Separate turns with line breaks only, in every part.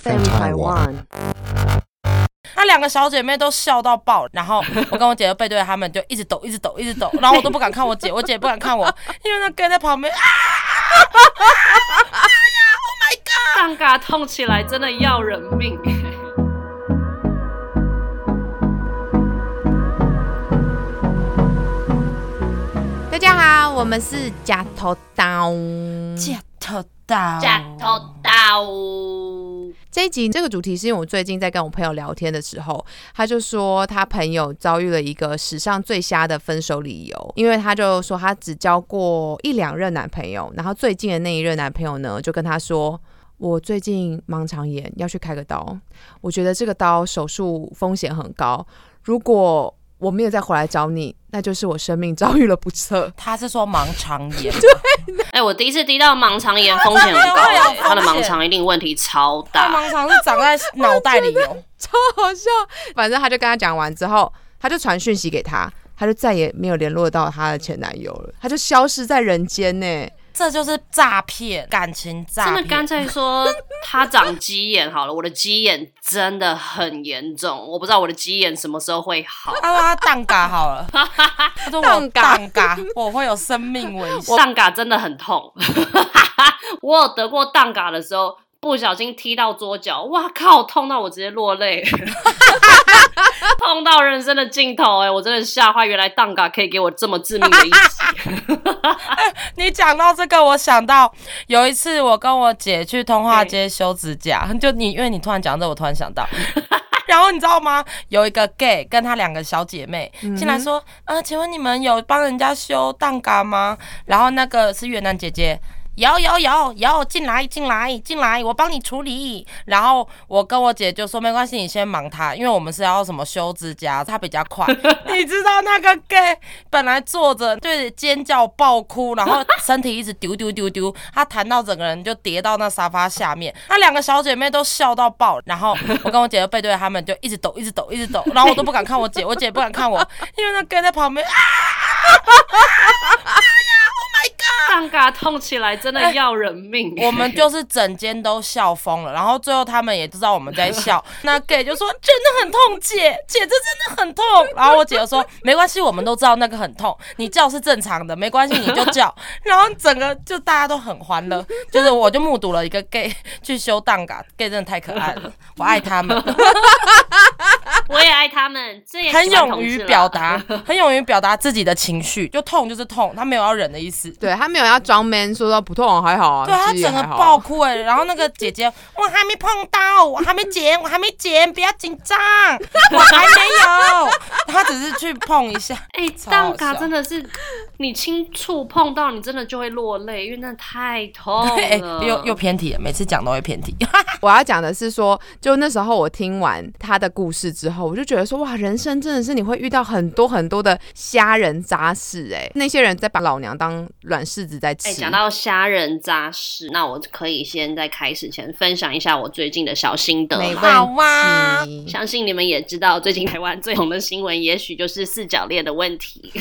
FM Taiwan。
那两个小姐妹都笑到爆，然后我跟我姐就背对着她们，就一直抖，一直抖，一直抖，然后我都不敢看我姐，我姐也不敢看 我，因为那哥在旁边啊，
上嘎痛起来真的要人 命。
大家好，我们是假头刀。
姐哦头到，
嗯假头刀，
这一集这个主题是因为我最近在跟我朋友聊天的时候，他就说他朋友遭遇了一个史上最瞎的分手理由，因为他就说他只交过一两任男朋友，然后最近的那一任男朋友呢就跟他说。我最近盲肠炎要去开个刀，我觉得这个刀手术风险很高。如果我没有再回来找你，那就是我生命遭遇了不测。
她是说盲肠炎，
哎、我第一次滴到盲肠炎，风
真
险很高、
的会
哎
有
他的
啊风
盲
险
肠一定问题超
她
大。
盲肠是长在脑袋里 哦。
超好笑。反正他就跟他讲完之后，他就传讯息给他，他就再也没有联络到他的前男友了，他就消失在人间呢。
这就是诈骗，感情诈
真
骗。
的干脆说他长鸡眼好了，我的鸡眼真的很严重，我不知道我的鸡眼什么时候会好。
他说他蛋嘎好 了，他说我
蛋嘎
蛋嘎，我会有生命危险。
上嘎真的很痛， 我有得过荡嘎的时候，不小心踢到桌角，哇靠，痛到我直接落泪， 痛到人生的尽头哎、我真的吓坏，原来荡嘎可以给我这么致命的 一击。
你讲到这个，我想到有一次我跟我姐去通化街修指甲，就你因为你突然讲这，我突然想到。然后你知道吗？有一个 gay 跟他两个小姐妹进来说：“呃，请问你们有帮人家修蛋糕吗？”然后那个是越南姐姐，有有有有，进来进来进来，我帮你处理。然后我跟我姐就说：“没关系，你先忙她，因为我们是要什么修指甲，她比较快。”你知道那个 gay 本来坐着对尖叫爆哭，然后身体一直丢丢丢丢，他弹到整个人就跌到那沙发下面。那两个小姐妹都笑到爆，然后我跟我姐就背对着他们，就一直抖，一直抖，一直抖，然后我都不敢看我姐，我姐也不敢看我，因为那 gay 在旁边啊，
荡嘎痛起来真的要人命、
哎我们就是整间都笑疯了。然后最后他们也知道我们在 笑，那 gay 就说真的很痛，姐姐这真的很痛。然后我姐就说没关系，我们都知道那个很痛，你叫是正常的，没关系你就叫。然后整个就大家都很欢乐，就是我就目睹了一个 gay 去修蛋嘎，gay 真的太可爱了，我爱他 们，
我也爱他们，这也
很
喜欢
勇
同志
于
啦
表达，很勇于表达自己的情绪，就痛就是痛，他没有要忍的意思。
对他没有要装 man，说到不痛还好啊，
对他
其实也
整个
还好啊
爆哭哎、然后那个姐姐，我还没碰到，我还没剪，我还没剪，不要紧张，我还没有，他只是去碰一下，
哎、
超好
荡嘎
笑
真的是，你轻触碰到你真的就会落泪，因为那太 痛
哎、
了。
又又偏题了，每次讲都会偏题，
我要讲的是说，就那时候我听完他的故事之后，我就觉得说，哇，人生真的是你会遇到很多很多的虾人渣事哎、那些人在把老娘当软柿子在吃。
哎，讲到虾仁渣事，那我可以先在开始前分享一下我最近的小心得
没问
吗。
好哇
题
相信你们也知道，最近台湾最红的新闻，也许就是四角恋的问题。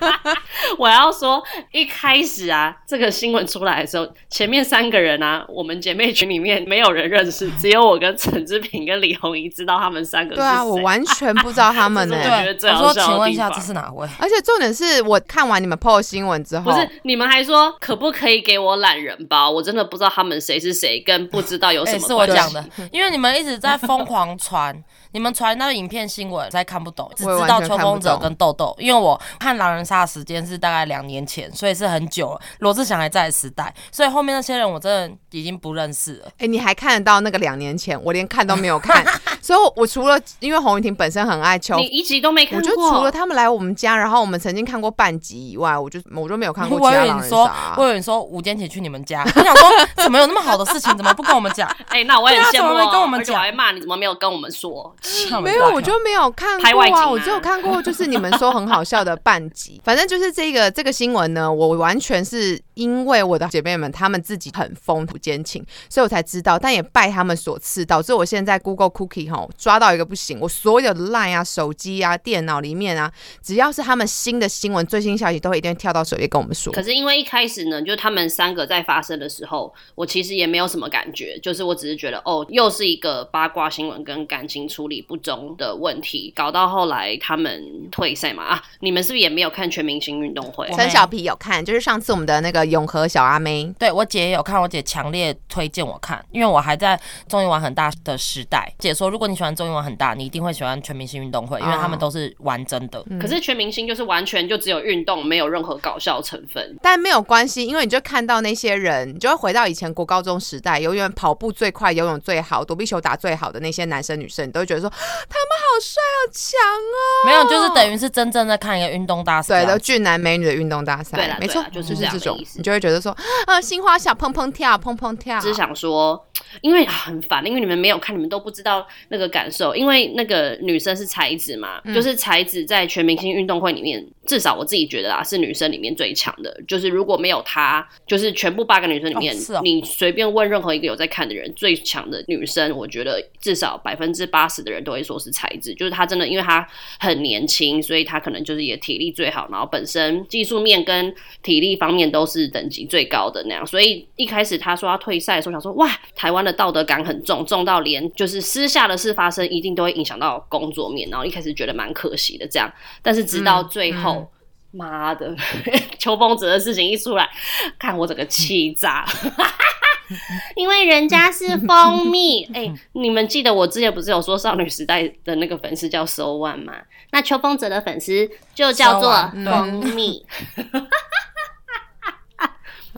我要说，一开始啊，这个新闻出来的时候，前面三个人啊，我们姐妹群里面没有人认识，只有我跟陈志平跟李红怡知道他们三个是
对啊，我
谁
完全不知道 他们呢、
啊这是我觉得
对，
最
我
好
说
笑的
请问一
地
下
方
这是哪位？
而且重点是我看完你们 PO 的新闻之后，
不是，你们还说可不可以给我懒人包？我真的不知道他们谁是谁，跟不知道有
哎、
什么
是我
关系。
讲的，因为你们一直在疯狂传，你们传那个影片新闻，才看不懂，只
我也
知
完
道
全
秋
看不
风者
懂
跟豆豆。因为我看狼人杀的时间是大概两年前，所以是很久了。罗志祥还在的时代，所以后面那些人我真的已经不认识了。
哎、你还看得到那个两年前，我连看都没有看，所以我除了因为洪雨婷本身很爱秋
你，一集都没看
我就
过。
除了他们来我们家，然后我们曾经看过半集以外，我就我就没有看过
我
其
以
他
为
狼
你
人
说
杀啊，。
我以为你说午间请去你们家， 我想说怎么有那么好的事情，怎么不跟我们 讲？
哎、那我也很
对
羡
啊
慕、
怎么没跟我们
而且
讲
我还骂你怎么没有跟我们说？
吓一
没
大
有，
跳
我就没有看
拍外景
过啊，
啊
我只有看过就是你们说很好笑的半集。反正就是这个这个新闻呢，我完全是因为我的姐妹们她们自己很疯不奸情，所以我才知道，但也拜他们所赐，导致我现在 Google Cookie 吼抓到一个不行，我所有的 Line 啊、手机啊、电脑里面啊，只要是他们新的新闻、最新消息，都会一定会跳到首页跟我们说。
可是因为为一开始呢，就他们三个在发生的时候，我其实也没有什么感觉，就是我只是觉得哦，又是一个八卦新闻跟感情处理不中的问题，搞到后来他们退赛嘛啊，你们是不是也没有看全明星运动会？
我
陈小皮有看，就是上次我们的那个永和小阿妹，
对我姐也有看，我姐强烈推荐我看，因为我还在综艺玩很大的时代。姐说，如果你喜欢综艺玩很大，你一定会喜欢全明星运动会，
啊
因为他们都是玩真的。
嗯
可是全明星就是完全就只有运动，没有任何搞笑成分。
但没有关系，因为你就看到那些人，你就会回到以前国高中时代，永远跑步最快、游泳最好、躲避球打最好的那些男生女生，你都会觉得说他们好帅、好强 哦。
没有，就是等于是真正在看一个运动大赛
对，
啊。
都俊男美女的运动大
对啦
赛，
对
没错
啦，就是
是
这样
这
的
种
意，思
你就会觉得说，呃，心花小砰砰跳，砰砰
啊
跳，
只想说，因为啊很烦，因为你们没有看，你们都不知道那个感受。因为那个女生是才子嘛，
嗯
就是才子在全明星运动会里面，至少我自己觉得啦，是女生里面最强的。就是如果没有她，就是全部八个女生里面，
哦是哦
你随便问任何一个有在看的人，最强的女生，我觉得至少百分之八十的人都会说是才子。就是她真的，因为她很年轻，所以她可能就是也体力最好，然后本身技术面跟体力方面都是等级最高的那样。所以一开始她说要退赛的时候，想说哇，台湾的道德感很重，重到连就是私下的事发生，一定都会影响到工作面。然后一开始觉得蛮可惜的这样，但是直到最后。妈的， 秋风泽的事情一出来，看我整个气炸， 因为人家是蜂蜜。哎、你们记得我之前不是有说少女时代的那个粉丝叫 So One 吗？那秋风泽的粉丝就叫做
So One，对
蜂蜜，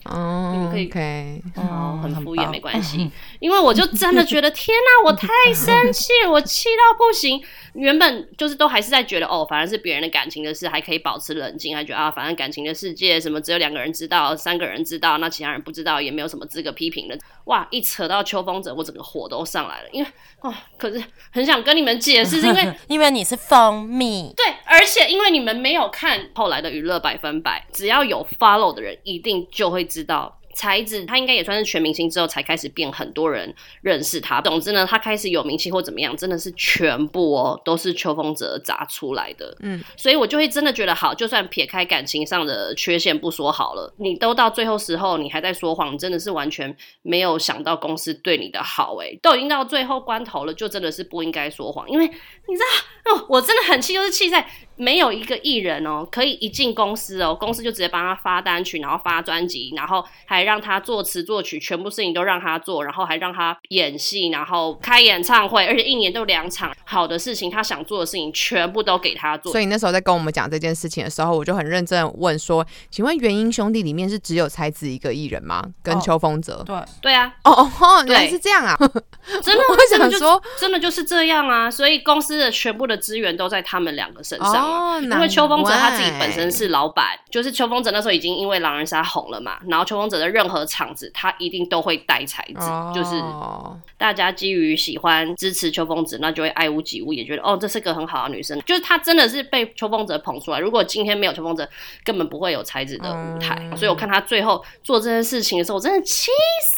你
嗯
们可以
，OK，
哦，很敷衍
棒
没关 系，因为我就真的觉得天哪、我太生气，我气到不行。原本就是都还是在觉得哦，反正是别人的感情的事，还可以保持冷静，还觉得啊，反正感情的世界什么只有两个人知道，三个人知道，那其他人不知道，也没有什么资格批评的。哇，一扯到秋风者，我整个火都上来了，因为哦，可是很想跟你们解释，是因为
因为你是蜂蜜，
对，而且因为你们没有看后来的娱乐百分百，只要有 follow 的人，一定就会知道。才子他应该也算是全明星之后才开始变很多人认识他。总之呢，他开始有名气或怎么样，真的是全部哦都是秋风者砸出来的。
嗯，
所以我就会真的觉得好，就算撇开感情上的缺陷不说好了，你都到最后时候你还在说谎，你真的是完全没有想到公司对你的好诶、都已经到最后关头了，就真的是不应该说谎，因为你知道。哦，我真的很气，就是气在没有一个艺人哦，可以一进公司哦，公司就直接帮他发单曲，然后发专辑，然后还让他作词作曲，全部事情都让他做，然后还让他演戏，然后开演唱会，而且一年都两场，好的事情他想做的事情全部都给他做
所。以你那时候在跟我们讲这件事情的时候，我就很认真地问说，请问元英兄弟里面是只有才子一个艺人吗？跟
哦
邱风泽？
对，
对啊，
哦哦哦，
对
原来是这样 啊！
真的，
我
真的
想
就
说，
真的就是这样啊，所以公司的全部的资源都在他们两个身上啊、
哦，
因为秋风者他自己
难怪
本身是老板，就是秋风者那时候已经因为狼人杀红了嘛，然后秋风者的任何场子他一定都会带才子，就是
哦
大家基于喜欢支持秋风子，那就会爱屋及乌，也觉得哦这是个很好的女生，就是她真的是被秋风者捧出来。如果今天没有秋风者，根本不会有才子的舞台。
嗯
所以我看她最后做这件事情的时候，我真的气死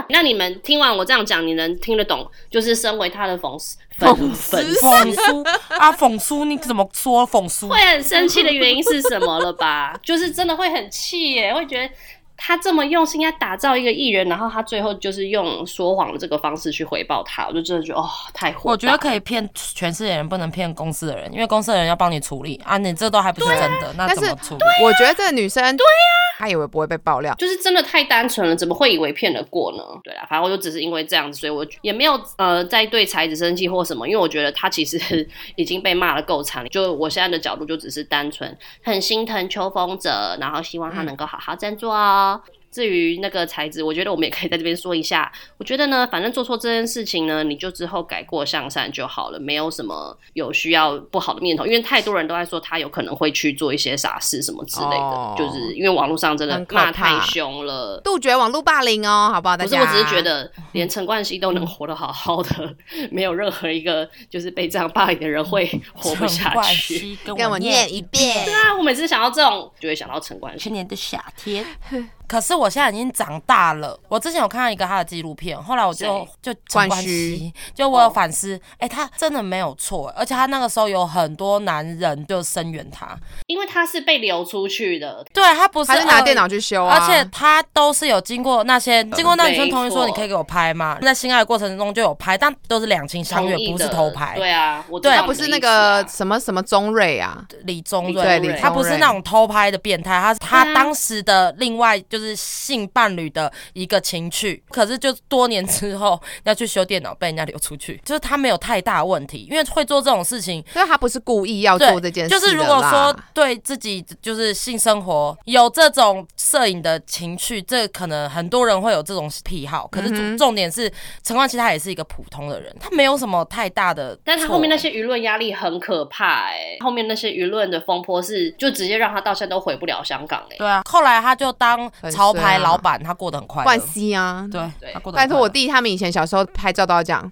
了。那你们听完我这样讲，你能听得懂？就是身为她的粉丝粉粉丝。
讽苏啊，讽苏，你怎么说讽 苏？
会很生气的原因是什么了吧？就是真的会很气耶，会觉得他这么用心在打造一个艺人，然后他最后就是用说谎的这个方式去回报他，我就真的觉得哦，太火大了！
我觉得可以骗全世界人，不能骗公司的人，因为公司的人要帮你处理啊，你这都还不是真的，那
但
怎
是
么处理？
我觉得这个女生，对呀，她以为不会被爆料，
就是真的太单纯了，怎么会以为骗得过呢？对啦，反正我就只是因为这样子，所以我也没有呃在对才子生气或什么，因为我觉得他其实 已经被骂的够惨了。就我现在的角度，就只是单纯很心疼秋风者，然后希望他能够好好振作哦。至于那个才子，我觉得我们也可以在这边说一下。我觉得呢，反正做错这件事情呢，你就之后改过向善就好了，没有什么有需要不好的念头，因为太多人都在说他有可能会去做一些傻事什么之类的，
哦
就是因为网络上真的
很可
骂太
怕
凶了。
杜绝网络霸凌哦，好不好？大
不是，
家，
我只是觉 得
嗯
连陈冠希都能活得好好的， 没有任何一个就是被这样霸凌的人会活不
嗯陈
下
冠
去。
希跟
跟我
念
念一遍
对啊，我每次想到这种，就会想到陈冠希
去。年的夏天， 可是我现在已经长大了。我之前有看到一个他的纪录片，后来我就就陈
冠
冠
希
希，就我有反思，哎、他真的没有错，而且他那个时候有很多男人就声援他，
因为他是被流出去的，
对他不是
他是拿
恶意
电脑去修啊，
而且他都是有经过那些经过那女生
没
同意说
错
你可以给我拍吗？在性爱的过程中就有拍，但都是两情相悦
同，意
不
的
是偷拍。
对啊，我知
对
道
他
他不
你的
是那
意思啊
个什么什么宗瑞啊，
李宗
对
瑞，
李宗瑞
他不是那种偷拍的变态，他是
对
他
啊
当时的另外就是性伴侣的一个情趣，可是就多年之后要去修电脑被人家流出去，就是他没有太大问题，因为会做这种事情
所以他不是故意要
对，
哦做这件事的
就
啦。
是如果说对自己就是性生活有这种摄影的情趣，这可能很多人会有这种癖
嗯
好。可是重重点是，陈冠希他也是一个普通的人，他没有什么太大的错。
但他后面那些舆论压力很可怕哎、后面那些舆论的风波是就直接让他到现在都回不了香港哎、
对啊，后来他就当
很
潮牌
衰啊
老板，他过得很快
冠
乐。
希啊，
嗯对，
对
他过得很
拜托
快乐
我弟他们以前小时候拍照都要这样，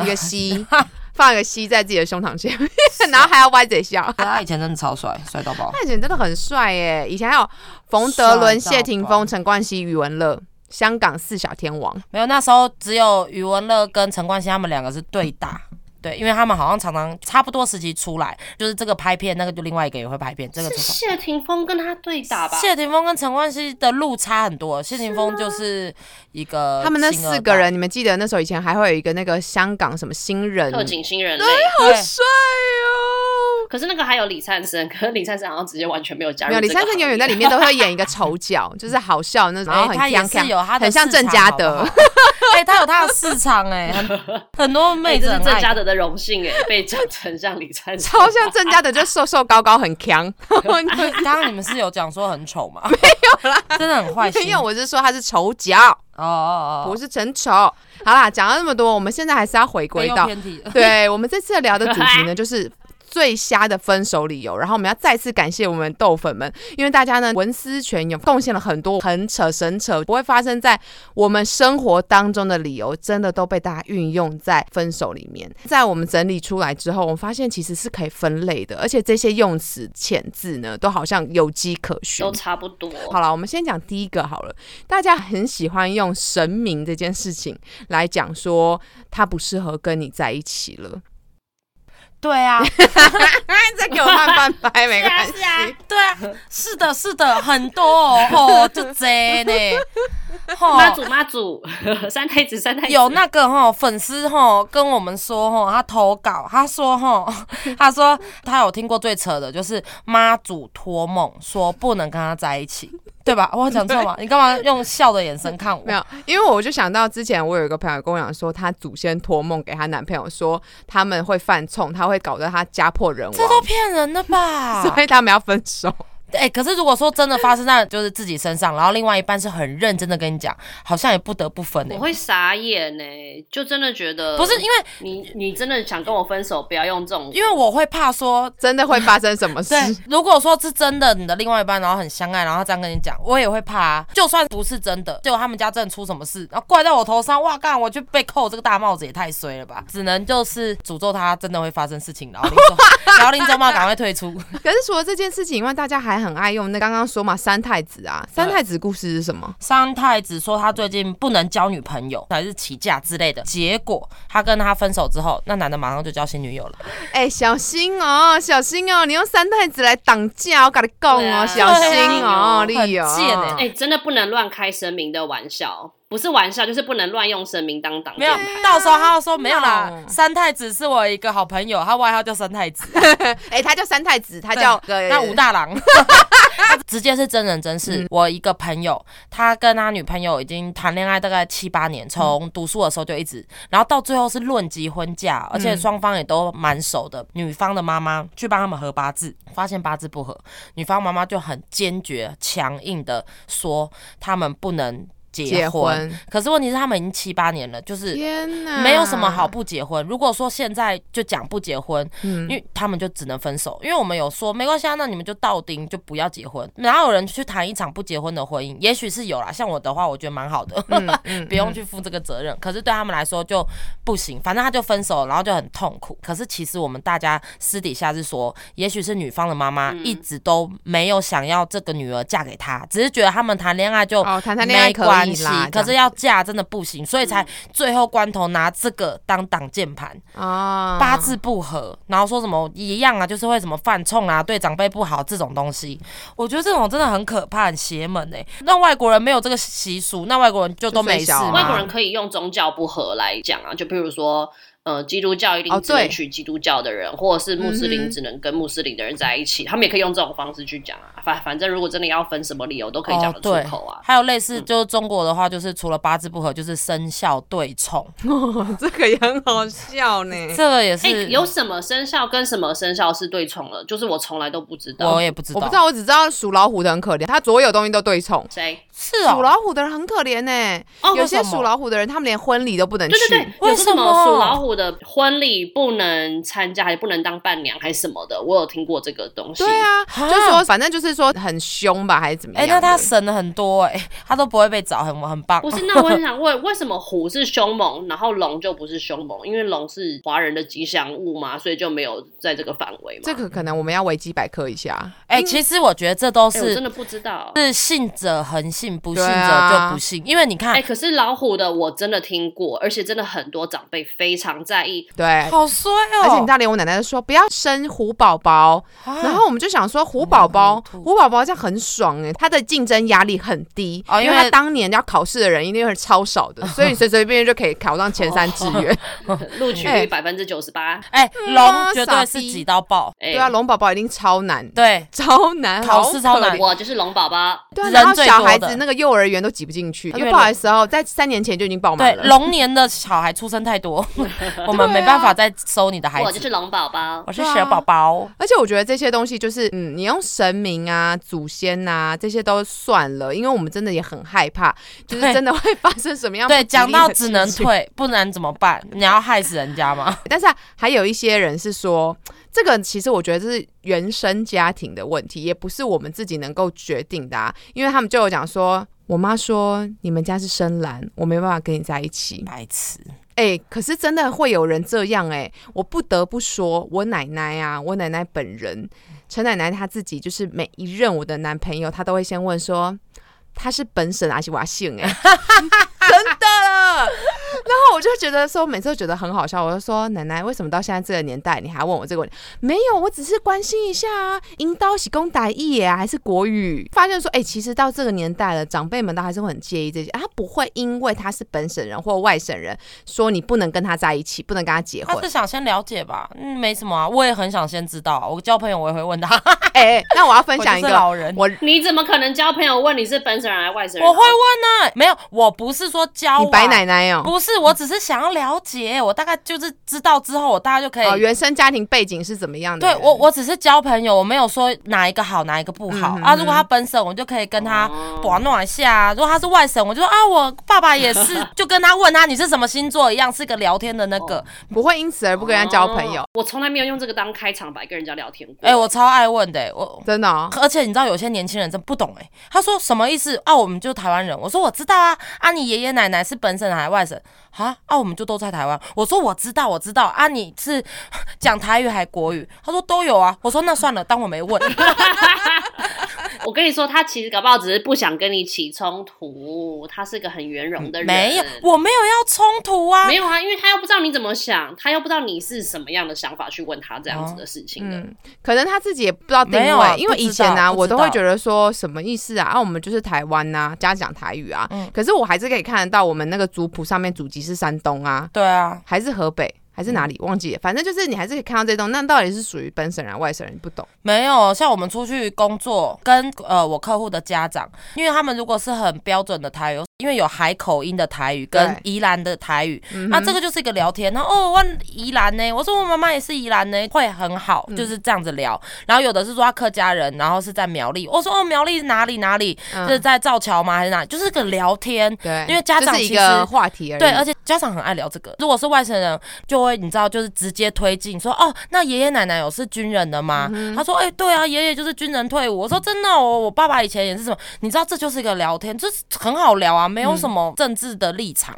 一个膝放一个膝在自己的胸膛前面，然后还要歪着笑。
可他以前真的超帅，帅到爆。
他以前真的很帅耶，以前还有冯德伦、
帅到
谢霆
爆
锋、陈冠希、余文乐，香港四小天王。
没有，那时候只有余文乐跟陈冠希他们两个是对打。对，因为他们好像常常差不多时期出来，就是这个拍片，那个就另外一个也会拍片，这个
是
就
谢霆锋跟他对打吧？
谢霆锋跟陈冠希的路差很多，谢霆锋就是一个
他们那
星二代
四个，人，你们记得那时候以前还会有一个那个香港什么新人，
特警新人类，
对啊
帅哦。
可是那个还有李灿森，可是李灿森好像直接完全没有加入
没有，
这个
李
行列。
灿森永远在里面都会演一个 丑角，就是好笑那种，然
哎
后，很
他也是
can-can，
有他的
很像
市场
郑家德。
好不好哎，他有他的市场哎，很 很多
哎
妹
这
子
是
很
郑
爱
嘉
看。
德的荣幸哎， 被讲成像李灿森，
超像郑家德，就瘦瘦高高 很强。
刚刚你们是有讲说很丑 吗？没有啦，真的很坏心。
因为我是说他是丑角，
哦哦
不
哦，
是成丑。好啦，讲到那么多，我们现在还是要回归
又
到
偏题了。
对我们这次聊的主题呢，就是。最瞎的分手理由，然后我们要再次感谢我们豆粉们，因为大家呢文思泉涌，贡献了很多很扯神扯不会发生在我们生活当中的理由，真的都被大家运用在分手里面。在我们整理出来之后，我们发现其实是可以分类的，而且这些用词遣字呢，都好像有迹可循
都。差不多。
好了，我们先讲第一个好了。大家很喜欢用神明这件事情来讲说他不适合跟你在一起了。
对啊，
再 给我慢半拍没
是啊
关系。
是啊
对啊，是的，是的，很多哦，哦就这呢，
妈
哦
祖妈祖， 三太子三太子
有那个哈粉丝哈跟我们说哈，他投稿，他说哈， 他说他有听过最扯的就是妈祖托梦说不能跟他在一起，对吧？我有讲错吗？你干嘛用笑的眼神看我？
没有，因为我就想到之前我有一个朋友跟我讲说，她祖先托梦给她男朋友说他们会犯冲，他会搞得她家破人
这都
亡，
骗人的吧？
所以他们要分手。
哎、可是如果说真的发生在就是自己身上，然后另外一半是很认真的跟你讲，好像也不得不分哎、
我会傻眼呢、就真的觉得
不是因为
你你真的想跟我分手，不要用这种
因为我会怕说
真的会发生什么事？
对，如果说是真的，你的另外一半然后很相爱，然后他这样跟你讲，我也会怕、啊。就算不是真的，结果他们家真的出什么事，然后怪到我头上，哇干，我就被扣这个大帽子也太衰了吧！只能就是诅咒他真的会发生事情，然后林周， 然后林周茂赶快退出。
可是除了这件事情以外，大家还很爱用那刚刚说嘛，三太子啊，三太子故事是什么？
三太子说他最近不能交女朋友，还是起价之类的。结果他跟他分手之后，那男的马上就交新女友了。
哎、小心哦，小心哦，你用三太子来挡架，我跟你讲
对
哦，
啊
小心哦，
对
啊
丽友，
很贱欸
哎、真的不能乱开神明的玩笑，不是玩笑，就是不能乱用神明当挡
没有
箭牌。，
到时候他又说没有啦
闹，
三太子是我一个好朋友，他外号叫三太子。
哎、他叫三太子，他
对
叫
那武大郎， 嗯他直接是真人真事。我一个朋友，他跟他女朋友已经谈恋爱大概七八年，从读书的时候就一直，然后到最后是论及婚嫁，而且双方也都蛮熟的。女方的妈妈去帮他们合八字，发现八字不合，女方妈妈就很坚决、强硬的说他们不能。结
结
婚
婚
可是问题是他们已经七八年了，就是
天哪，
没有什么好不结婚。如果说现在就讲不结婚，
嗯
因为他们就只能分手。因为我们有说没关系啊，那你们就到丁就不要结婚。哪有人去谈一场不结婚的婚姻？也许是有啦，像我的话，我觉得蛮好的，
嗯
不用去负这个责任。可是对他们来说就不行，反正他就分手，然后就很痛苦。可是其实我们大家私底下是说，也许是女方的妈妈
嗯
一直都没有想要这个女儿嫁给他，只是觉得他们谈恋爱就
哦谈谈恋爱
没
可以
关系
啦，
可
这
是要嫁真的不行，所以才最后关头拿这个当挡箭盘。
啊
八字不合，然后说什么一样啊，就是会什么犯冲啊，对长辈不好这种东西，我觉得这种真的很可怕，很邪门哎、那外国人没有这个习俗，那外国人就都没事
就睡小
嘛。
啊
外国人可以用宗教不合来讲啊，就比如说，呃，基督教一
哦
定只能
对
娶基督教的人，或者是穆斯
嗯
林
哼
只能跟穆斯林的人在一起，他们也可以用这种方式去讲啊。反反正如果真的要分什么理由，都可以讲得出
哦对
口啊，。
还有类似就是中国的话，就是除了八字不合，就是生肖对冲，
这个也很好笑呢。
这个也
哎、
是
有什么生肖跟什么生肖是对冲了？就是我从来都呃不知道
我。也不知
我不
道
知，道，我只知道属老虎的很可怜，他所有东西都对冲。
谁？
是
属
哦，
老虎的人很可怜呢、
哦
有些
为什么
属老虎的人，他们连婚礼都不能去。
对对对，
为
有什
什么
么属老虎的婚礼不能参加，还不能当伴娘，还是什么的？我有听过这个东西。
对啊，
哈
就说反正就是说很凶吧，还是怎么
哎、
样的？
那他省了很多哎、他都不会被找，很很棒
不。是，那我很想问，为什么虎是凶猛，然后龙就不是凶猛？因为龙是华人的吉祥物嘛，所以就没有在这个范围嘛。
这个可能我们要维基百科一下。
哎、其实我觉得这都
哎、我真
是
的不知道。
是信者恒信，不信
对啊
者就不信，因为你看
哎、可是老虎的我真的听过，而且真的很多长辈非常在意。
对，
好衰哦！
而且你知道，连我奶奶都说不要生虎宝宝，
啊
然后我们就想说虎宝宝，
嗯
虎宝宝这样很爽哎、他的竞争压力很低，
哦因
因
为哦
为他当年要考试的人一定会超少的，所以你随随便便就可以考上前三志 愿。
录取
哎
率百分之九十八。
哎，
嗯
啊
龙绝对
傻
是
逼
挤到爆，
哎、
对啊，龙宝宝一定超难，
对，
超难，
考
好
试超
可
难
怜
我就是龙宝宝。
对啊，
人
然后
最
小
多
孩
的
子那个幼儿园都挤不进去，
因
因
为
为不好意思哦，在三年前就已经爆满
对，
了。
龙年的小孩出生太 多，我们没办法再收你的孩
我就
子。
是啊龙宝宝
我，是蛇宝宝，
而且我觉得这些东西就是，嗯，你用神明啊、祖先呐、这些都算了，因为我们真的也很害怕，就是
对
真的会发生什么样
对，
不吉利
讲到
的
只
事
能
情。
退，不然怎么 办？你要害死人家吗？
但是还有一些人是说，这个其实我觉得这是原生家庭的问题，也不是我们自己能够决定的啊，因为他们就有讲说。我妈说你们家是深蓝，我没办法跟你在一起。
白痴，
哎、可是真的会有人这样哎、我不得不说，我奶奶啊，我奶奶本人，陈奶奶她自己就是每一任我的男朋友，她都会先问说他是本省还是瓦姓哎， 真的了。然后我就觉得说，每次都觉得很好笑，我就说奶奶，为什么到现在这个年代你还问我这个问题？没有，我只是关心一下啊，引导喜功打义啊，还是国语？发现说，哎、其实到这个年代了，长辈们都还是会很介意这些，啊他不会因为他是本省人或外省人说你不能跟他在一起，不能跟他结婚
他。是想先了解吧？嗯，没什么啊，我也很想先知道啊。我交朋友我也会问他，
哎、哎那我要分
我
享一
就
个
是老人，
我
你怎么可能交朋友问你是本省人还是外省人？
我会问啊呢。没有，我不是说交
哦你
往
白奶奶哦、
不是，我只是想要了解，我大概就是知道之后，我大概就可以
哦，原生家庭背景是怎么样的
对
人？
我，我只是交朋友，我没有说哪一个好，哪一个不好、
嗯
啊。如果他本省，我就可以跟他
哦
玩弄一下啊；如果他是外省，我就说啊，我爸爸也 是，就跟他问他啊你是什么星座一样，是个聊天的那个。
不会因此而不跟人家交朋友
哦，我从来没有用这个当开场白跟人家聊天过。
哎、我超爱问的、我。
真的、哦。
而且你知道有些年轻人真不懂哎、他说什么意思啊？我们就台湾人，我说我知道啊啊！你爷爷奶奶是本省还是外省啊？啊，我们就都在台湾。我说我知道，我知道啊！你是讲台语还国语？他说都有啊。我说那算了，当我没问。
我跟你说，他其实搞不好只是不想跟你起冲突，他是个很圆融的人。
嗯没有，我没有要冲突啊
没。有啊，因为他又不知道你怎么想，他又不知道你是什么样的想法去问他这样子的事情的。
嗯，可能他自己也不知道定
没有啊
位，因为以前呢、
不知道
我都
不知
会
道
觉得说什么意思啊？啊，我们就是台湾呐、家讲台语
嗯
啊。可是我还是可以看得到我们那个族谱上面祖籍是山东啊，
对啊，
还是河北，还
嗯
是哪里忘记了，反正就是你还是可以看到这栋，那到底是属于本省人还是外省人，不懂。
没有，像我们出去工作，跟呃我客户的家长，因为他们如果是很标准的台语，因为有海口音的台语跟
对嗯
宜兰的台语，那、这个就是一个聊天。然后哦，我宜兰呢，我说我妈妈也是宜兰呢，会很好，
嗯
就是这样子聊。然后有的是说他客家人，然后是在苗栗，我说哦苗栗哪里哪里，
嗯
是在造桥吗还是哪里？就是个聊天，
对，
因为家长
就是一
其实
个话题而已。
对，而且家长很爱聊这个。如果是外省人，就会你知道，就是直接推进说，哦，那爷爷奶奶有是军人的吗？
嗯
他说，哎、对啊，爷爷就是军人退伍。我说真的哦、我我爸爸以前也是什么，你知道，这就是一个聊天，就是很好聊啊，没有
嗯
什么政治的立场。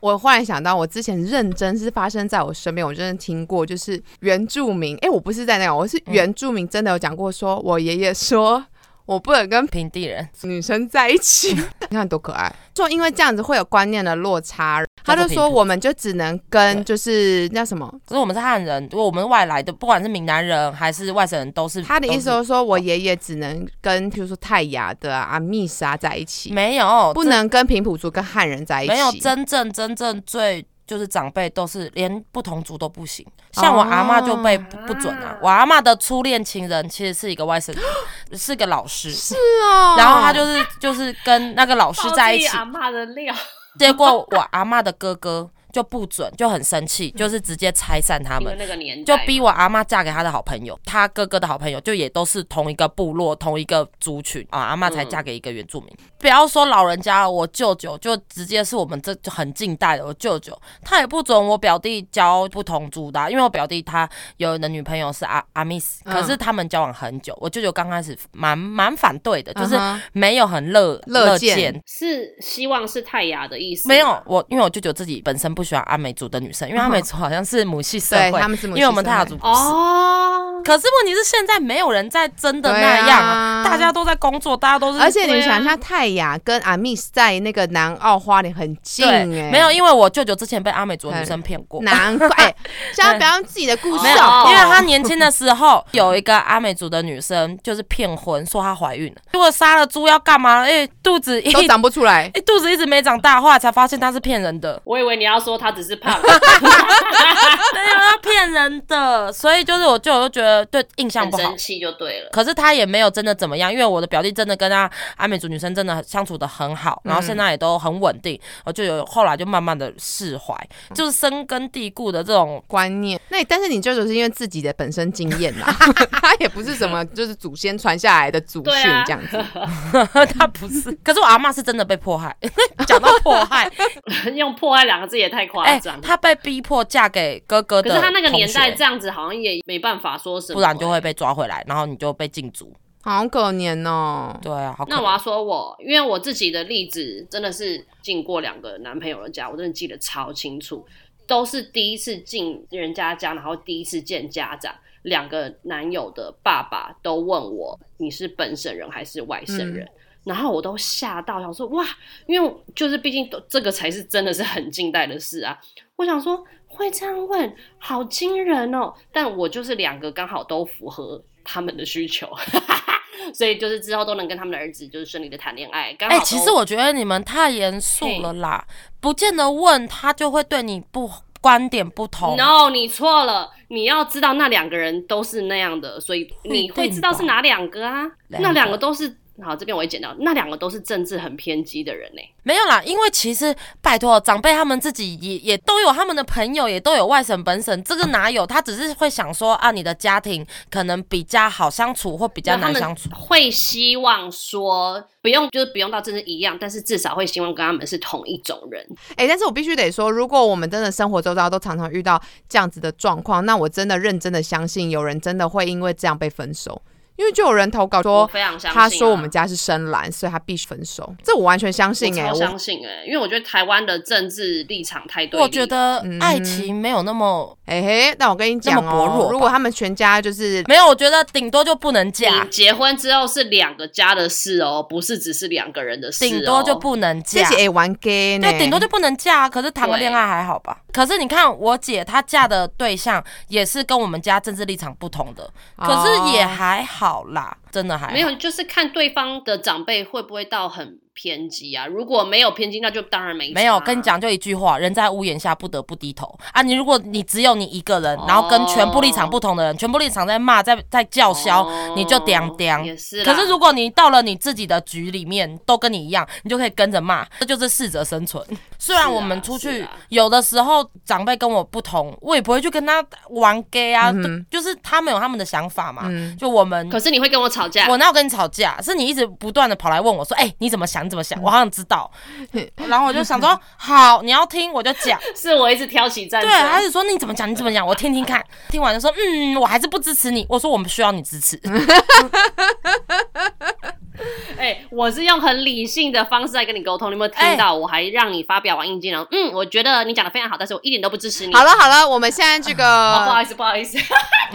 我忽然想到，我之前认真是发生在我身边，我真的听过，就是原住民。哎、我不是在那个，我是原住民，真的有讲过说，我爷爷说我不能跟
平地人，
女生在一 起，你看多可爱。说因为这样子会有观念的落差，他就
叫做
说
平等
我们就只能跟
对
就是那什么，
可是我们是汉人，如果我们外来的，不管是闽南人还是外省人，都是
他的意思
都
就是说我爷爷只能跟比如说泰雅的啊、阿密莎在一
是
起，
没有，
不能跟平埔族跟汉人在一
这嗯
起。
没有真正真正最。就是长辈都是连不同族都不行，像我阿妈就被
哦
不不准啊。我阿妈的初恋情人其实是一个外省 人，是个老师，
哦
然后他就是就是跟那个老师在一起，
阿妈的料，
结果我阿妈的哥哥就不准，就很生气，就是直接拆散他
因为
们。
那个年代
就
嘛
逼我阿妈嫁给他的好朋友，他哥哥的好朋友，就也都是同一个部落、同一个族群啊。阿妈才
嗯
嫁给一个原住民。不要说老人家了，我舅舅就直接是我们这就很近代的我舅舅，他也不准我表弟交不同族的啊、因为我表弟他有的女朋友是阿阿密斯，
嗯
可是他们交往很久，我舅舅刚开始蛮蛮反对的，就是
嗯哼
没有很乐
乐见
见。
是希望是泰雅的意思吗，
没有我，因为我舅舅自己本身不喜欢阿美族的女生，因为阿美族好像是母系社
嗯对
会，
他们是母系
因为我们
社
泰雅
会
族不是。
哦，
可是问题是，现在没有人在真的
对
那样
啊
大家都在工作，大家都是
而且你
对啊
想一下，泰雅跟阿密斯在那个南澳花莲很近
对
哎、
没有，因为我舅舅之前被阿美族的女生骗过。
难 怪，哎现在不要用自己的故事哦
没有，
好不好
因为他年轻的时候有一个阿美族的女生，就是骗婚说她怀孕了，结果杀了猪要干嘛？哎，肚子一
都长不出来。
哎肚子一直没长大，后来才发现她是骗人的，
我以为你要说他只是胖，
对啊，她骗人的，所以就是我舅舅就觉得对印象
很
不好
生。气就对了。
可是他也没有真的怎么样，因为我的表弟真的跟他阿美族女生真的相处的很好，
嗯
然后现在也都很稳定，我就有后来就慢慢的释怀，
嗯
就是深根蒂固的这种。
观念， 那你但是你舅舅是因为自己的本身经验 啦，他也不是什么就是祖先传下来的祖
对
训
啊
这样子，
他不是，可是我阿嬷是真的被迫害。 讲到迫 害，
用“破坏”两个字也太
哎、
夸张。
她被逼迫嫁给哥哥
可
的
是他那个年代
同学
这样子，好像也没办法说什么、
不然就会被抓回来，然后你就被禁足。
好可怜哦。
对啊，好可
那
怜
我要说我，因为我自己的例子真的是进过两个男朋友的家，我真的记得超清楚，都是第一次进人家家，然后第一次见家长，两个男友的爸爸都问我你是本省人还是外
嗯
省人。然后我都吓到，想说哇，因为就是毕竟都这个才是真的是很近代的事啊。我想说会这样问，好惊人哦！但我就是两个刚好都符合他们的需求， 所以就是之后都能跟他们的儿子就是顺利的谈恋爱。刚好
哎、
都
其实我觉得你们太严肃了啦，不见得问他就会对你不观点不同。
no，你错了，你要知道那两个人都是那样的，所以你会知道是哪两个啊？
两个
那两个都是好，这边我也剪掉，那两个都是政治很偏激的人呢、
没有啦，因为其实拜托长辈他们自己也也都有他们的朋友，也都有外省本省，这个哪有？他只是会想说啊，你的家庭可能比较好相处，或比较
那他
难
们
相处。
会希望说不用，就是不用到真的一样，但是至少会希望跟他们是同一种人。
哎、但是我必须得说，如果我们真的生活周遭都常常遇到这样子的状况，那我真的认真的相信，有人真的会因为这样被分手，因为就有人投稿
我
说。
非常相信啊、
他说我们家是深蓝，所以他必须分手。这我完全相信哎、
我超
我
相信哎、因为我觉得台湾的政治立场太对立了嗯
我觉得爱情没有那么、
哎、嘿，那我跟你讲
那么薄弱
哦
吧，
如果他们全家就是
没有，我觉得顶多就不能嫁
你，结婚之后是两个家的事哦，不是只是两个人的事、哦，
顶多就不能
这
嫁。
些哎玩 gay 呢，
对，顶多就不能嫁啊。可是谈个恋爱还好吧？可是你看我姐她嫁
哦
的对象也是跟我们家政治立场不同的，可是也还好啦。真的还好
没有，就是看对方的长辈会不会到很偏激啊。如果没有偏激，那就当然没
没有
差啊
跟你讲就一句话，人在屋檐下不得不低头啊！你如果你只有你一个人，然后跟全部立场不同的人，全部立场在骂，在在叫嚣，
哦
你就嗲嗲。
也是啦，
可是如果你到了你自己的局里面，都跟你一样，你就可以跟着骂，这就是适者生 存。虽然我们出
是
去，
啊
有的时候长辈跟我不同，我也不会去跟他玩 gay 啊，
嗯哼
就就是他们有他们的想法嘛。
嗯
就我们
可是你会跟我吵架，
我哪有跟你吵架？是你一直不断的跑来问我说：“哎、你怎么想？你怎么想？我好想知道。” 然后我就想 说：“好，你要听我就讲。
是我一直挑起”战
对，
争，
他就说：“你怎么讲？你怎么讲？我听听看。”听完就说：“嗯，我还是不支持你。”我说：“我们需要你支持。
哎、我是用很理性的方式在跟你沟通，你有没有听
哎
到？我还让你发表完意见了，嗯，我觉得你讲的非常好，但是我一点都不支持你。
好了呃好了，我们现在这
啊不
个
好意思，不好意思，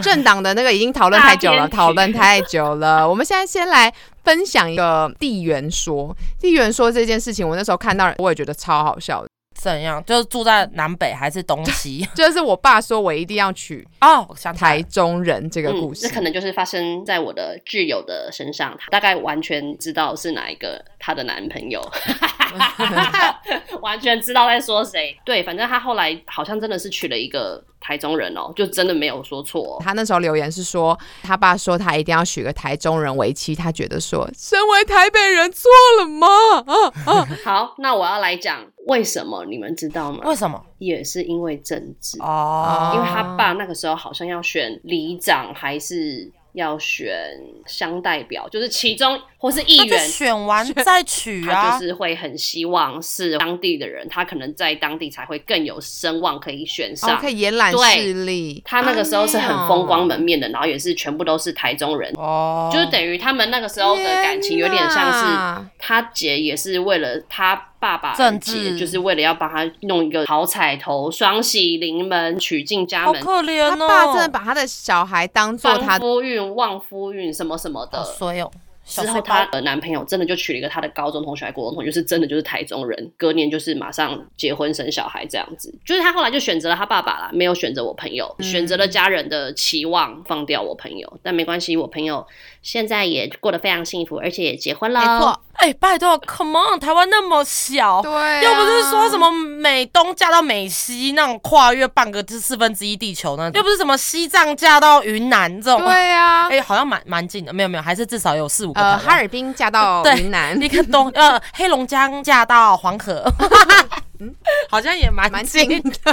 政党的那个已经讨论太久
大
了，
编曲
讨论太久了。我们现在先来分享一个地缘说，地缘说这件事情，我那时候看到我也觉得超好笑的，”
怎样？就是住在南北还是东西？
就是我爸说我一定要娶
哦，我想起来
台中人这个
嗯
故事
这，可能就是发生在我的挚友的身上，他大概完全知道是哪一个她的男 朋友，完全知道在说谁。对，反正他后来好像真的是娶了一个台中人哦，就真的没有说错、哦。
他那时候留言是说，他爸说他一定要娶个台中人为妻，他觉得说，身为台北人错了吗？啊啊，
好，那我要来讲为什么，你们知道吗
为？什么？
也是因为政治。
哦，
因为他爸那个时候好像要选里长，还是要选乡代表，就是其中或是议
那就
员，
选啊完再取
他
啊
就。是会很希望是当地的人，他可能在当地才会更有声望，可以选
哦
上。
可以延揽势力。
他那个时候是很风光
的，
门面的，然后也是全部都是台中人，
哦，
就是等于他们那个时候的
哎
感情有点像是。
天哪
他姐也是为了他爸爸而
政
结
治
就是为了要帮他弄一个好彩头，双喜临门，娶进家
好
门，
可怜
他
哦。
爸真的把他的小孩当做他
翻夫运、旺夫运什么什么的。
好衰哦。小
之
碎
后，
包
她的男朋友真的就娶了一个她的高中同学、还国中同学，就是真的就是台中人。隔年就是马上结婚生小孩这样子。就是她后来就选择了她爸爸啦，没有选择我朋友，
嗯
选择了家人的期望，放掉我朋友。但没关系，我朋友现在也过得非常幸福，而且也结婚了。
没错，啊
哎、拜托，Come on，台湾那么小，
对啊，
又不是说什么美东嫁到美西那种跨越半个至四分之一地球呢，又不是什么西藏嫁到云南这种。
对啊
哎、，好像蛮蛮近的，没有没有，还是至少有四五个台
呃，
湾。
哈尔滨嫁到
啊对
云南，
一个东呃黑龙江嫁到黄河， 好像也蛮
嗯蛮
近
近的。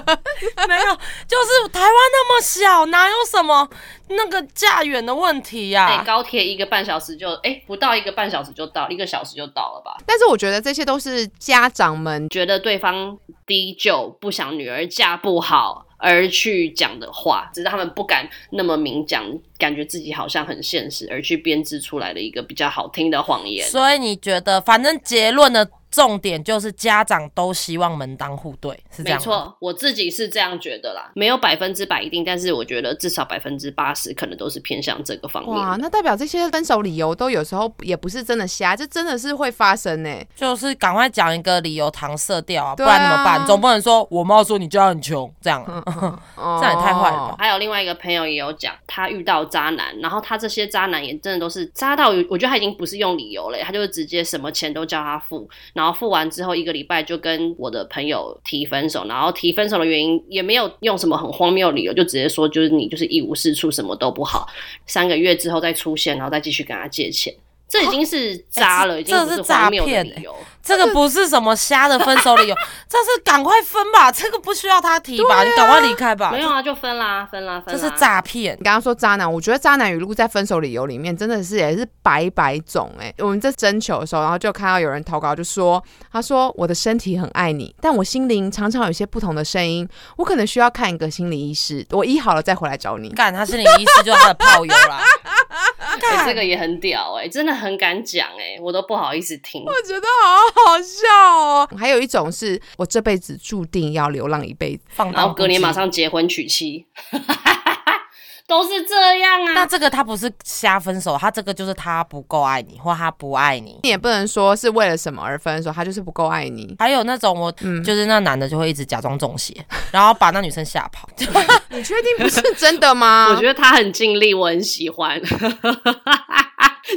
没有，就是台湾那么小，哪有什么那个嫁远的问题呀、
哎、高铁一个半小时就哎、不到一个半小时就到，一个小时就到了吧？
但是我觉得这些都是家长们
觉得对方低就不想女儿嫁不好而去讲的话，只是他们不敢那么明讲，感觉自己好像很现实，而去编织出来的一个比较好听的谎言。
所以你觉得，反正结论的重点就是家长都希望门当户对，是这
没
样吗？
错，我自己是这样觉得啦，没有百分之百一定，但是我觉得至少百分之八十可能都是偏向这个方
哇，
面。
那代表这些分手理由都有时候也不是真的瞎，这真的是会发生呢。
就是赶快讲一个理由搪塞掉啊，不
对啊嗯
然怎么办？总不能说我妈说你家很穷这样啊，
这
这样也太坏了
哦
吧？
还有另外一个朋友也有讲，他遇到渣男，然后他这些渣男也真的都是渣到，我觉得他已经不是用理由了，他就是直接什么钱都叫他付，然后付完之后一个礼拜就跟我的朋友提分手，然后提分手的原因也没有用什么很荒谬的理由，就直接说就是你就是一无是处，什么都不好。三个月之后再出现，然后再继续跟他借钱，这已经是渣了，
哎这
已
这
经不
是
荒谬
诈
的
骗
理由。
这个不是什么瞎的分手理 由，这是赶快分吧，这个不需要他提
啊
吧，你赶快离开吧
没，有啊，就分啦，分啦，分啊
这
啦。
是诈骗
你。刚刚说渣男，我觉得渣男语录在分手理由里面真的是也是百百种哎、我们在征求的时候，然后就看到有人投稿，就说他说我的身体很爱你，但我心灵常常有些不同的声音，我可能需要看一个心理医师，我医好了再回来找你。
干，他心理医师就是他的炮友 啦。
哎、
干
这个也很屌哎、真的很敢讲哎、我都不好意思听。
我觉得好好笑哦。还有一种是我这辈子注定要流浪一辈子，
放
然后
荡
隔年
不羁
马。上结婚娶妻， 都是这样
那
啊。
这个他不是瞎分手，他这个就是他不够爱你，或他不爱你。
你也不能说是为了什么而分手，他就是不够爱你。
还有那种我，
嗯
就是那男的就会一直假装中邪，然后把那女生吓跑。 啊
你确定不是真的吗？
我觉得他很尽力，我很喜欢。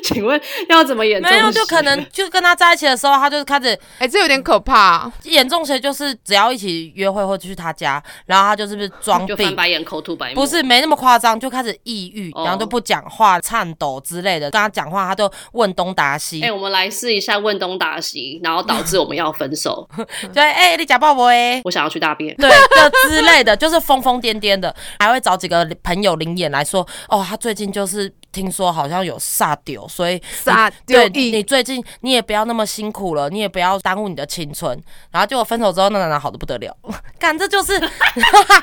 请问要怎么演？
没有，就可 能就跟他在一起的时候，他就开始
哎、这有点可怕。
严重些，就是只要一起约会或去他家，然后他就是不是装
就翻
病。
白眼、口吐白沫。
不是没那么夸张，就开始抑郁，
哦
然后就不讲话、颤抖之类的。跟他讲话，他就问东答西
哎、，我们来试一下问东打西，然后导致我们要 分手。
对，哎、你假报我哎，
我想要去大便，
对，就之类的， 就是疯疯癫癫的，还会找几个朋友灵眼来说，哦，他最近就是听说好像有撒丢，所以
撒
你对
丢一
你最近你也不要那么辛苦了，你也不要耽误你的青春。然后结果分手之后，那男的好的不得了， 干这就是，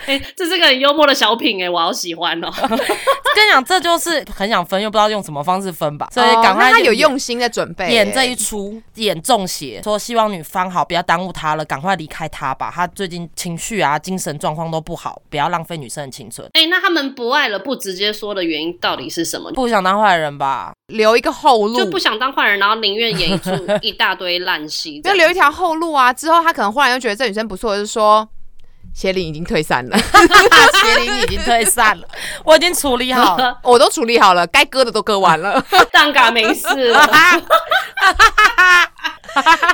哎、这是个很幽默的小品哎、我好喜 欢哦。
跟你讲，这就是很想分，又不知道用什么方式分吧，所以
哦
赶快
那他
就
有
演
用欸心在准备、
演这一出，演中邪，说希望女方好，不要耽误他了，赶快离开他吧。他最近情绪啊、精神状况都不好，不要浪费女生的青春。
哎、那他们不爱了不直接说的原因到底是什么？
不想当坏人吧？
留一个后路，
就不想当坏人，然后宁愿演一出一大堆 烂戏这
要
样。
留一条后路啊！之后他可能忽然又觉得这女生不错，就说邪灵已经 退散了，
邪灵已经退散了， 我已经处理好了。
我都处理好了，该割的都割 完了。
哦蛋嘎没事了，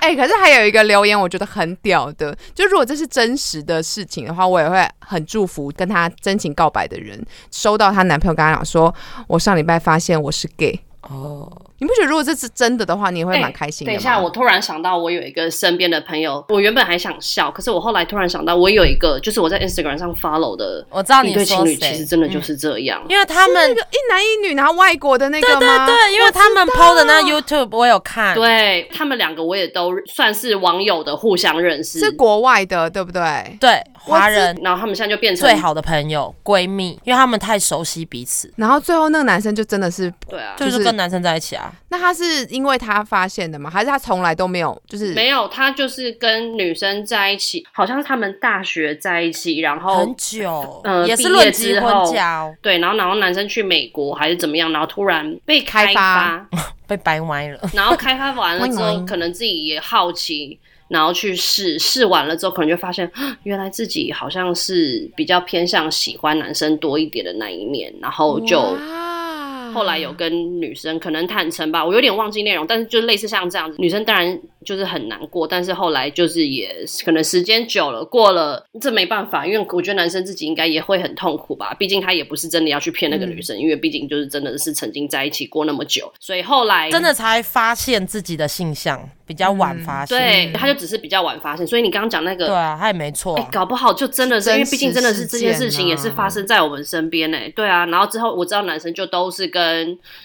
哎、可是还有一个留言，我觉得很屌的，就如果这是真实的事情的话，我也会很祝福跟她真情告白的人收到她男朋友跟她讲说，我上礼拜发现我是 gay。
哦，
你不觉得如果这是真的的话，你会蛮开心的
欸等一
吗、
下，我突然想到，我有一个身边的朋友，我原本还想笑，可是我后来突然想到，我有一个就是我在 Instagram 上 follow 的
我知道
一
你
对情
说
侣，其实
谁，嗯
真的就是这样。
因为他们
那个一男一女，然后外国的那个
对对
吗？
对，因为他们
我知道
PO 的那 YouTube 我有看，
对他们两个，我也都算是网友的互相认识。
是国外的，对不对？
对，华人
然后他们现在就变成
最好的朋友闺蜜，因为他们太熟悉彼此，
然后最后那个男生就真的是，
对啊，
就是
是
跟男生在一起啊。
那他是因为他发现的吗？还是他从来都没有？就是
没有他就是跟女生在一起，好像是他们大学在一起，然后
很久，
哦呃
也是
毕业
论及
之
婚
后
嫁哦，
对，然后然后男生去美国还是怎么样，然后突然被开
开发
被掰歪了。
然后开发完了之
我以
后，
为
可能自己也好奇，然后去试，试完了之后，可能就发现啊原来自己好像是比较偏向喜欢男生多一点的那一面，然后就
哇
后来有跟女生可能坦诚吧，我有点忘记内容，但是就类似像这样子，女生当然就是很难过，但是后来就是也可能时间久了，过了这没办法，因为我觉得男生自己应该也会很痛苦吧，毕竟他也不是真的要去骗那个女生，因为毕竟就是真的是曾经在一起过那么久，所以后来
真的才发现自己的性向，比较晚发
嗯
现。
对，他就只是比较晚发现，所以你刚刚讲那
对
个。
啊，他也没错
哎、
啊。
搞不好就真的是因为，
是真实
毕竟真的是这件事
事件
情
啊
也是发生在我们身边呢、对啊，然后之后我知道男生就都是跟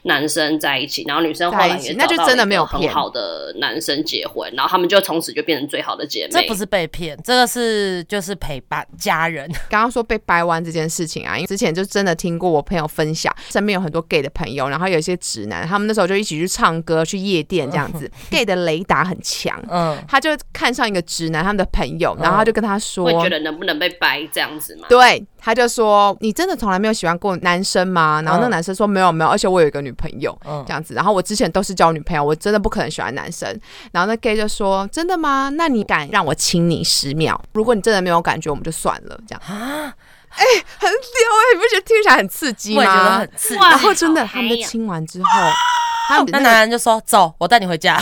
男生在一起，然后女生后来
在
也
一起
找到
那就真的没有
一个很
骗
好的男生结婚，然后他们就从此就变成最好的姐妹。
这不是被骗，这个是就是陪伴家人。
刚刚说被掰弯这件事情啊，因为之前就真的听过我朋友分享，身边有很多 gay 的朋友，然后有一些直男，他们那时候就一起去唱歌、去夜店这样子，gay 的雷达很强。
嗯，
他就看上一个直男，他们的朋友，然后他就跟他说，
会觉得能不能被掰这样子吗？
对，他就说你真的从来没有喜欢过男生吗？然后那个
嗯
男生说没有没有，而且我有一个女朋友、
嗯
这样子，然后我之前都是交女朋友，我真的不可能喜欢男生。然后那 gay 就说真的吗？那你敢让我亲你十秒？如果你真的没有感觉，我们就算了这样。啊，哎、很屌哎、你不觉得听起来很刺激
嗯我也觉得
吗
很？刺激。
哇
然后真的，
好嗨
他们就
呀
亲完之后，他们
那
那
男
个
人就说：“走，我带你回家。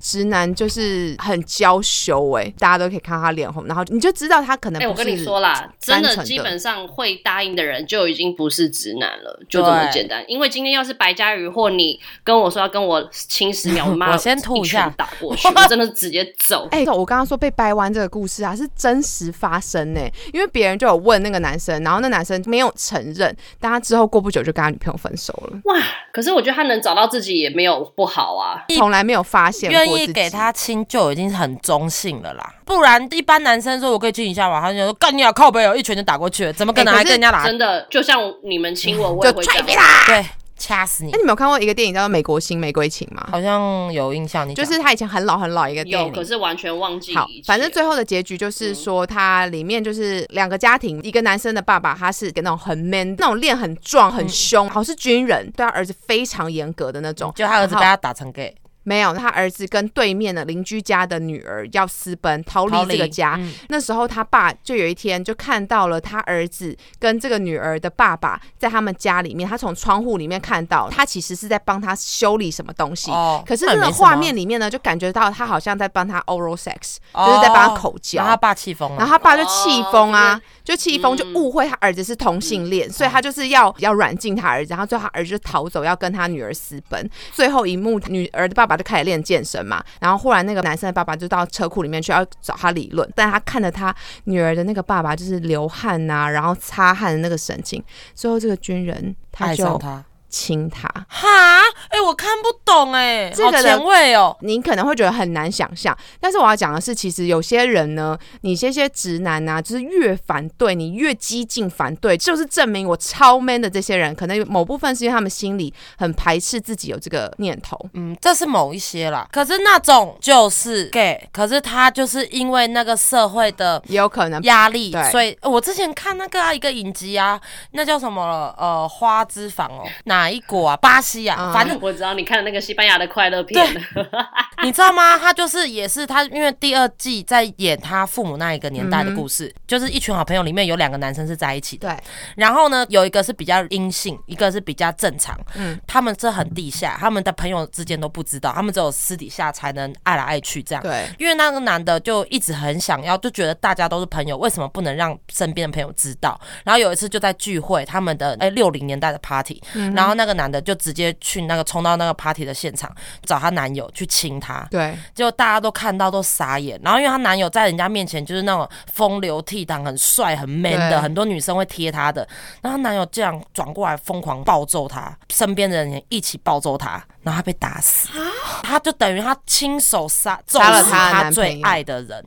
直男就是很娇羞哎、大家都可以看到他脸红，然后你就知道他可能
哎、
不是。
我跟你说啦，真
单
的
纯的
基本上会答应的人就已经不是直男了，就这么
对
简单。因为今天要是白嘉瑜或你跟我说要跟我亲十 秒，妈，
我先吐一下
拳打过去，我真的直接走。
哎、我刚刚说被掰弯这个故事啊，是真实发生呢、因为别人就有问那个男生，然后那男生没有承认，但他之后过不久就跟他女朋友分手了，
哇！可是我觉得他能找到自己也没有不好 啊。
从来没有发”现
愿
过
意
自
给
己
他亲就已经很中性了啦，不然一般男生说我可以亲一下嘛，他就说干你啊，靠背哦，一拳就打过去了，怎么可能
哎
还
可是
跟人家打？
真的，就像你们亲我，我也
就
会这
踹
样啊
扁。他。
对，掐死你
哎那！你们有看过一个电影叫做《美国新玫瑰情》吗？
好像有印象，你
就
讲
是他以前很老很老一个电
有，
影，
可是完全忘记
好
一切。，
反正最后的结局就是说，它里面就是两个家庭，一个男生的爸爸他是给那种很 man、那种练很
嗯
壮、很凶，好像是军人，对他儿子非常严格的那种。
就他儿子被
然
他
后
打成 gay，
没有，他儿子跟对面的邻居家的女儿要私奔，逃离这个家。
嗯
那时候他爸就有一天就看到了他儿子跟这个女儿的爸爸在他们家里面，他从窗户里面看到，他其实是在帮他修理什么东西。
哦
可是
那
那
也
个
没什么
画面里面呢，就感觉到他好像在帮他 oral sex，、
哦
就是在帮他口交。
然后他爸气疯了，
然后他爸就气疯啊
哦，
就气疯，就
嗯
误会他儿子是同性恋，所以他就是要要软禁他儿子，然后最后他儿子就逃走，要跟他女儿私奔。最后一幕，女儿的爸爸就开始练健身嘛，然后忽然那个男生的爸爸就到车库里面去要找他理论，但他看着他女儿的那个爸爸就是流汗呐、然后擦汗的那个神情，最后这个军人他
爱上
就
他。
亲他。
哈，哎、我看不懂哎、
这
好
个的
前卫哦、
你可能会觉得很难想象，但是我要讲的是，其实有些人呢，你这些直男呐、就是越反对你越激进反对，就是证明我超 man 的这些人，可能有某部分是因为他们心里很排斥自己有这个念头。
嗯，这是某一些啦。可是那种就是 gay，可是他就是因为那个社会的
也有可能，
压力
对，
所以呃我之前看那个、啊、一个影集啊，那叫什么了？呃，花之房哦，哪一国啊？巴西啊，
嗯
反正
我知道你看了那个西班牙的快乐片，
你知道吗？他就是也是他，因为第二季在演他父母那一个年代的故事，就是一群好朋友里面有两个男生是在一起的，
对，
然后呢，有一个是比较阴性，一个是比较正常，
嗯
嗯，他们这很地下，他们的朋友之间都不知道，他们只有私底下才能爱来爱去这样。
对，
因为那个男的就一直很想要，就觉得大家都是朋友，为什么不能让身边的朋友知道？然后有一次就在聚会，他们的哎六零年代的 party，、然后那个男的就直接去那个冲到那个 party 的现场找她男友去亲她，
对，
结果大家都看到都傻眼。然后因为她男友在人家面前就是那种风流倜傥、很帅、很 man
对
的，很多女生会贴他的。然后她男友这样转过来疯狂暴揍她，身边的人也一起暴揍她，然后她被打死。
啊
她就等于她亲手杀揍
杀了
死
她的
她
男朋
最
友
爱的人。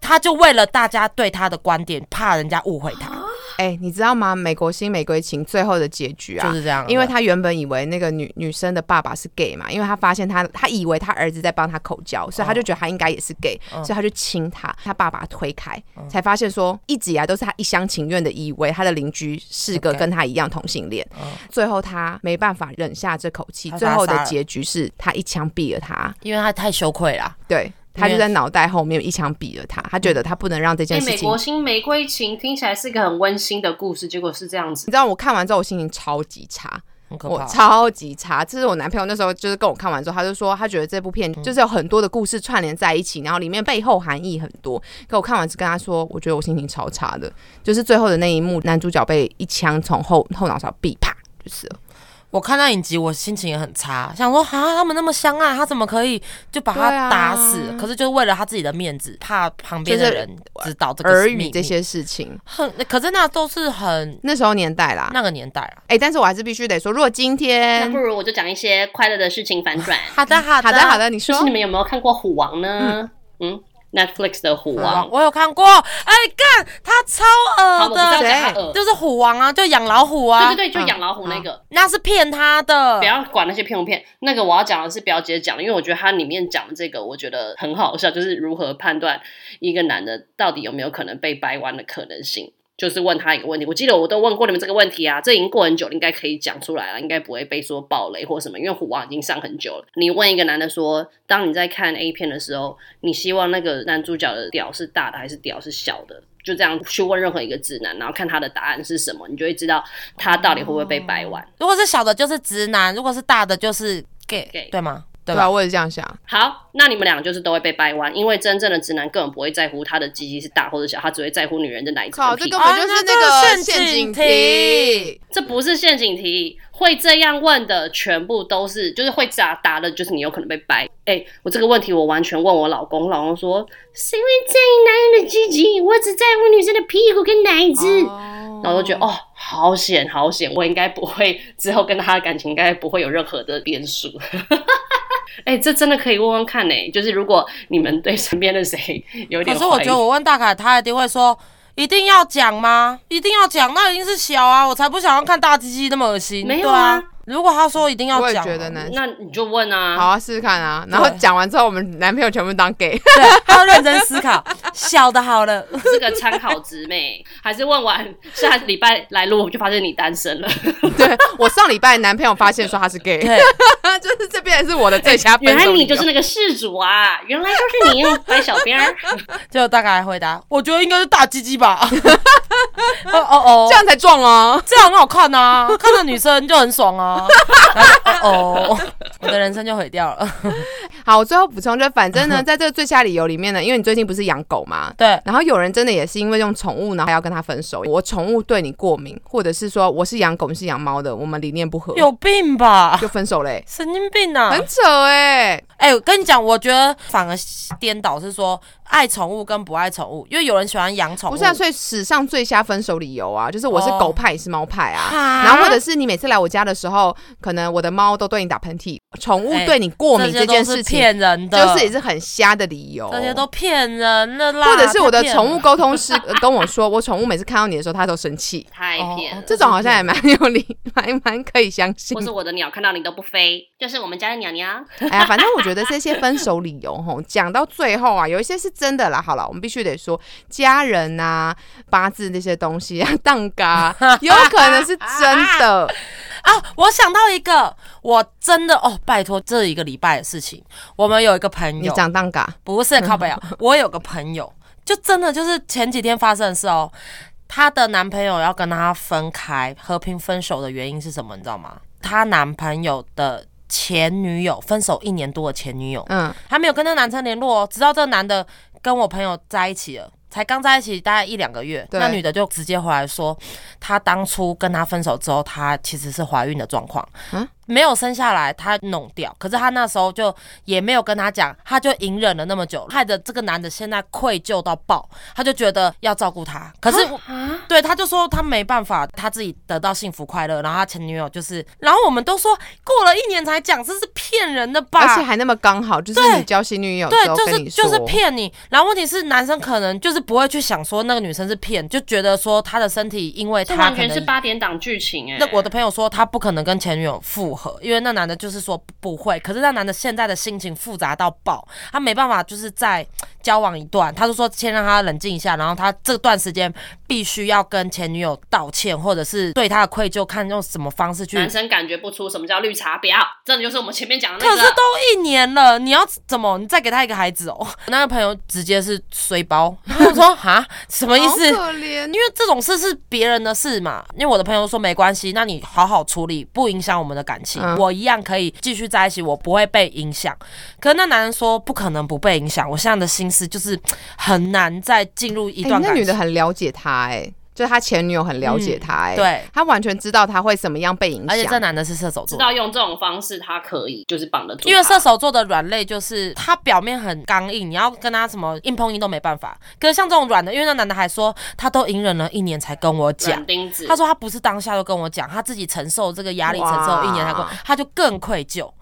她就为了大家对她的观点，怕人家误会她，
哎、你知道吗？美国新玫瑰情最后的结局啊，
就是这样。
因为他原本以为那个女女生的爸爸是 gay 嘛，因为他发现他他以为他儿子在帮他口交，所以他
哦
就觉得他应该也是 gay，、所以
嗯
他就亲他，他爸把他推开，才发现说一直以来都是他一厢情愿的以为他的邻居是个
OK
跟他一样同性恋
嗯
最后他没办法忍下这口气，
他
最
把他
后的
杀了
结局是他一枪毙了他，
因为她太羞愧啦。
对他
因
就
为
在脑袋后面一枪毙了他，他觉得他不能让这
哎、
件事
美
情
国新玫瑰情听起来是一个很温馨的故事，结果是这样子
你。知道我看完之后我心情超级差，
很可
我
怕，
超级差，这是我男朋友那时候就是跟我看完之后，他就说他觉得这部
嗯
片就是有很多的故事串联在一起，然后里面背后含义很多。可我看完是跟他说，我觉得我心情超差的，就是最后的那一幕，男主角被一枪从后后脑勺毙，啪就 是了。
我看那影集，我心情也很差，想说哈，他们那么相爱，他怎么可以就把
对
他
啊
打死？可是就是为了他自己的面子，怕旁边
就
的
是
人知道这个
耳
秘
语
密
这些事情，
很，可是那都是很
那时候年代啦，
那个年代啊。
哎、但是我还是必须得说，如果今
那
天
不如我就讲一些快乐的事情反转。
好的，好的，
好的嗯好
的。
的，你
就
说
是你们有没有看过《虎王》呢？嗯 n e t f l i x 的《虎王》
我有看过，哎、干，他超
好，我
恶
不知道
的，
讲他恶，
就是虎王啊，就养老虎啊，
对对对，就养老虎那个。
那是骗他的
不。要管那些骗不骗，那个我要讲的是表姐讲的，因为我觉得她里面讲的这个，我觉得很好笑，就是如何判断一个男的到底有没有可能被掰弯的可能性，就是问他一个问题。我记得我都问过你们这个问题啊，这已经过很久了，应该可以讲出来了，应该不会被说暴雷或什么，因为虎王已经上很久了。你问一个男的说，当你在看 A 片的时候，你希望那个男主角的屌是大的还是屌是小的？就这样去问任何一个直男，然后看他的答案是什么，你就会知道他到底会不会被掰弯。
如果是小的，就是直男；如果是大的，就是 gay，,
gay
对吗？对
对
吧？
啊，我也是这样想，
好，那你们两个就是都会被掰弯，因为真正的直男根本不会在乎他的鸡鸡是大或者小，他只会在乎女人的奶子
靠，
跟
这
屁股。哦
根本就是
啊那
那个
这个
陷
陷
阱
阱
题
题。
这不是陷阱题，会这样问的全部都是，就是会答答的，就是你有可能被掰。哎、我这个问题我完全问我老公，我老公说是因为在意男人的鸡鸡，我只在乎女生的屁股跟奶子。
哦
然后我就觉得哦，好险好险，我应该不会 之后跟他的感情应该不会有任何的变数。 哎、这真的可以问问看呢、哎就是如果你们对身边的谁有点
可是我
怀疑
觉得我问大凯，他一定会说。一定要讲吗？一定要讲，那一定是小啊，我才不想要看大鸡鸡那么恶心。
没有
对啊，如果他说一定要
我也
讲，
觉得男，
那你就问啊。
好啊，试试看啊。然后讲完之后，我们男朋友全部当 gay，
对，他要认真思考，小的好了。
这个参考 值妹，还是问完下礼拜来录，我就发现你 单身了。
对我上礼拜男朋友发现说他是 gay，
对，
就是这边是我的最佳分手
原
理
来
由
你就是那个事主啊！原来就 是你，白小边儿。
就大概回答，我觉得应该是大鸡鸡吧。 哦哦哦，
这样才撞啊！
这样很好看啊，看到女生就很爽啊。 然后哦哦，我的人生就毁掉了。
好，我最后补充，就反正呢，在这个最佳理由里面呢，因为你最近不是养狗嘛，
对，
然后有人真的也是因为用宠物，然后还要跟他分手。我宠物对你过敏，或者是说我是养狗，你是养猫的，我们理念不合，
有病吧？
就分手嘞、
神经病啊！
很扯哎、
哎、我跟你讲，我觉得反而颠倒是说爱宠物跟不爱宠物，因为有人喜欢养宠物，
不是啊，所以史上最瞎分手理由啊，就是我是
哦
狗派，你是猫派啊，
哈
然后或者是你每次来我家的时候，可能我的猫都对你打喷嚏，宠物
哎
对你过敏
这些
这
都
件
是
事情，
骗人的，
就是也是很瞎的理由，
这些都骗人的啦。
哦或者是我的
太骗
宠物
了
沟通 师呃跟我说， 我宠物每次看到你的时候，它都生气。
太骗
哦
了
哦。
这种好像也蛮有理， 蛮蛮可以相信
或。是我的鸟看到你都不飞，就是我们家的鸟鸟。
哎呀，反正我觉得这些分手理由，吼，讲到最后啊，有一些是真的啦。好了，我们必须得说，家人啊、八字那些东西啊、蛋嘎啊、有可能是真的。
啊！我想到一个，我真的哦，拜托，这一个礼拜的事情，我们有一个朋
你
友，
讲蛋嘎，
不是靠北 啊，我有个朋友，就真的就是前几天发生的事哦。她的男朋友要跟她分开，和平分手的原因是什么？你知道吗？她男朋友的前女友，分手一年多的前女友，
嗯，
还没有跟那个男生联络哦，直到这个男的跟我朋友在一起了。才刚在一起大概一两个月，
对
那女的就直接回来说，她当初跟他分手之后，她其实是怀孕的状况，
啊
没有生下来，她弄掉。可是她那时候就也没有跟他讲，她就隐忍了那么久，害得这个男的现在愧疚到爆，他就觉得要照顾她。可是
啊，
对，他就说他没办法，他自己得到幸福快乐，然后他前女友就是，然后我们都说过了一年才讲，这是骗人的吧？
而且还那么刚好，就是
对
你交新女友
对
之后，
就
跟
是
你说，
就是骗你。然后问题是，男生可能就是不会去想说那个女生是骗，就觉得说她的身体，因为
这
她
完
可
全是
能。
八点档剧情哎、
那我的朋友说他不可能跟前女友复合，因为那男的就是说不会。可是那男的现在的心情复杂到爆，他没办法，就是在交往一段，他就说先让他冷静一下，然后他这段时间必须要跟前女友道歉，或者是对他的愧疚，看用什么方式去
男生感觉不出什么叫绿茶婊，真的就是我们前面讲的
可
那
是
个。
都一年了，你要怎么？你再给他一个孩子哦？我那个朋友直接是衰 包，我说哈，什么意
好
思？
可怜
因。为这种事是别人的事嘛。因为我的朋友说没关系，那你好好处理，不影响我们的感情，
嗯
我一样可以继续在一起，我不会被影响。可那男人说不可能不被影响，我现在的心思就是很难再进入一
哎
段
那
感
女
情。嗯
的很了解他，哎，就是他前女友很了解他，哎，
对，
他完全知道他会怎么样被影
而且这
响。
男的是射手
知
座，
道用这种方式，他可以就是绑得住他。
因为射手座的软肋就是他表面很刚硬，你要跟他什么硬碰硬都没办法。可是像这种软的，因为那男的还说他都隐忍了一年才跟我讲
软，钉子，
他说他不是当下就跟我讲，他自己承受这个压力承受一年才跟我
哇，
他就更愧疚。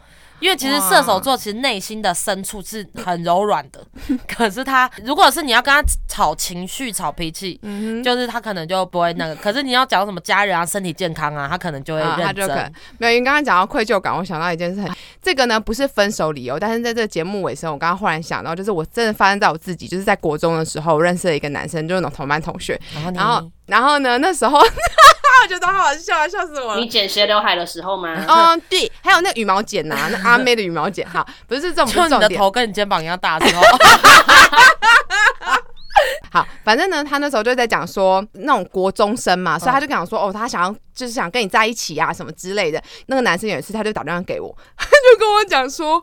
因为其实射手座其实内心的深处是很柔软 的，可是他如果是你要跟他吵情绪、吵脾气，
嗯
就是他可能就不会那个。可是你要讲什么家人啊、身体健康啊，他可能就会
啊，他
认
就
真。啊
可没有，因为刚刚讲到愧疚感，我想到一件事很，这个呢不是分手理由，但是在这个节目尾声，我刚刚忽然想到，就是我真的发生在我自己，就是在国中的时候认识了一个男生，就是我同班同学，
然后你
然后然后呢那时候， 我觉得好好笑，啊，笑死我了
你。剪斜刘海的时候 吗？
哦
嗯，对，还有那个羽毛剪呐、啊那阿妹的羽毛剪哈，不是这种，不
就是你
重
的
点。
头跟你肩膀一样大的时 候，哦
好，反正呢，他那时候就在讲说那种国中生嘛，所以他就跟我说，哦，他想要就是想跟你在一起啊，什么之类的。那个男生有一次他就打电话给我， 他就跟我讲说，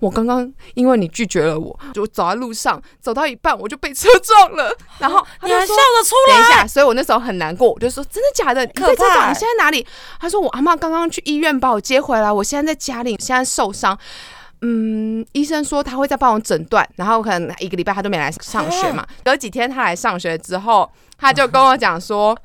我刚刚因为你拒绝了我，就走在路上，走到一半我就被车撞了，然后他
你
就
还笑
说。
得出
等一
来？
下，所以我那时候很难过，我就说真的假的？你
可
被车
怕
撞，
欸
你现在哪里？他说我阿妈刚刚去医院把我接回来，我现在在家里，现在受伤。嗯，医生说 他会再帮我诊断，然后可能一个礼拜他都没来上学嘛。隔几天他来上学之后，他就跟我 讲说，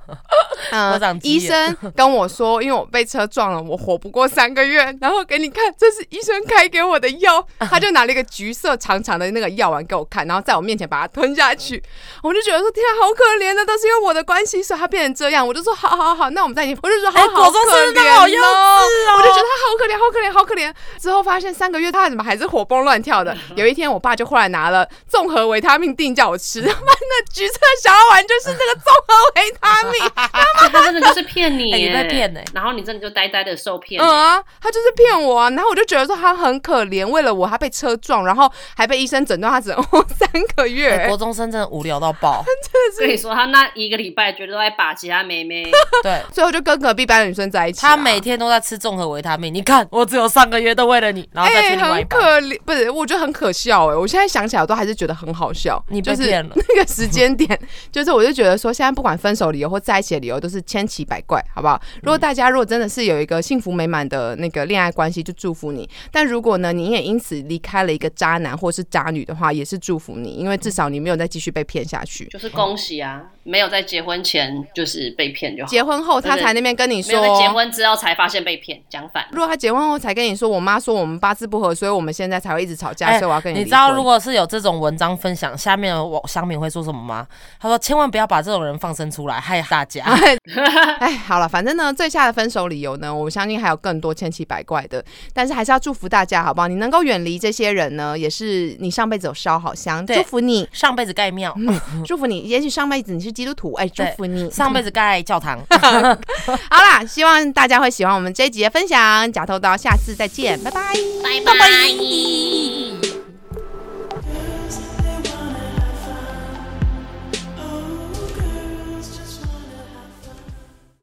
嗯、
我长鸡
医
眼
生跟我说，因为我被车撞了，我活不过三个月。然后给你看，这是医生开给我的药，他就拿了一个橘色长长的那个药丸给我看，然后在我面前把它吞下去。我就觉得说，天啊，好可怜的，都是因为我的关系，所以他变成这样。我就说，好好好，那我们在一起。我就说，好
哎
好
果中
可
是不是
怜
都好幼稚
哦
哦
我就觉得他好可怜，好可怜，好可怜。之后发现三个月他怎么还是活蹦乱 跳的。有一天，我爸就忽然拿了综合维他命定叫我吃，他 妈那橘色小药丸就是这个综合维他命。
所 以他真的就是骗你
哎
耶，
你被骗哎
然后你真的就呆呆的受骗。
嗯啊，他就是骗我啊，然后我就觉得说他很可怜，为了我他被车撞，然后还被医生诊断他只能活三个月、
哎国中生真的无聊到 爆，
跟你说，他那一个礼拜绝对都在把其他 妹妹。
对。
最后就跟隔壁班的女生在一起啊、
他每天都在吃综合维他命，你看我只有上个月都为了你，然后再
哎、
去另外一
很
半，
可怜，不是，我觉得很可笑哎、我现在想起来我都还是觉得很好笑。
你
就
被
是
骗了
那个时间点， 就是我就觉得说，现在不管分手理由或在一起的理由都是千奇百怪，好不好？
嗯
如果大家如果真的是有一个幸福美满的那个恋爱关系，就祝福你。但如果呢，你也因此离开了一个渣男或是渣女的话，也是祝福你，因为至少你没有再继续被骗下
嗯
去。
就是恭喜啊！没有在结婚前就是被骗就好，
结婚后他才那边跟你
没
说
有，在结婚之后才发现被骗，讲反了。
如果他结婚后才跟你说，我妈说我们八字不合，所以我们现在才会一直吵架，所以我要跟
哎你
离
知道
婚
如果是有这种文章分享，下面的网乡民会说什么吗？他说千万不要把这种人放生出来，害大家。
哎，好了，反正呢，最下的分手理由呢，我相信还有更多千奇百怪的，但是还是要祝福大家，好不好？你能够远离这些人呢，也是你上辈子有烧好香，
对
祝福你，
上辈子盖庙，
祝福你。也许上辈子你是基督徒，哎，嗯祝
对
福你。
上辈子盖教堂。
好啦，希望大家会喜欢我们这一集的分享，假头刀，下次再见，拜拜。
拜拜。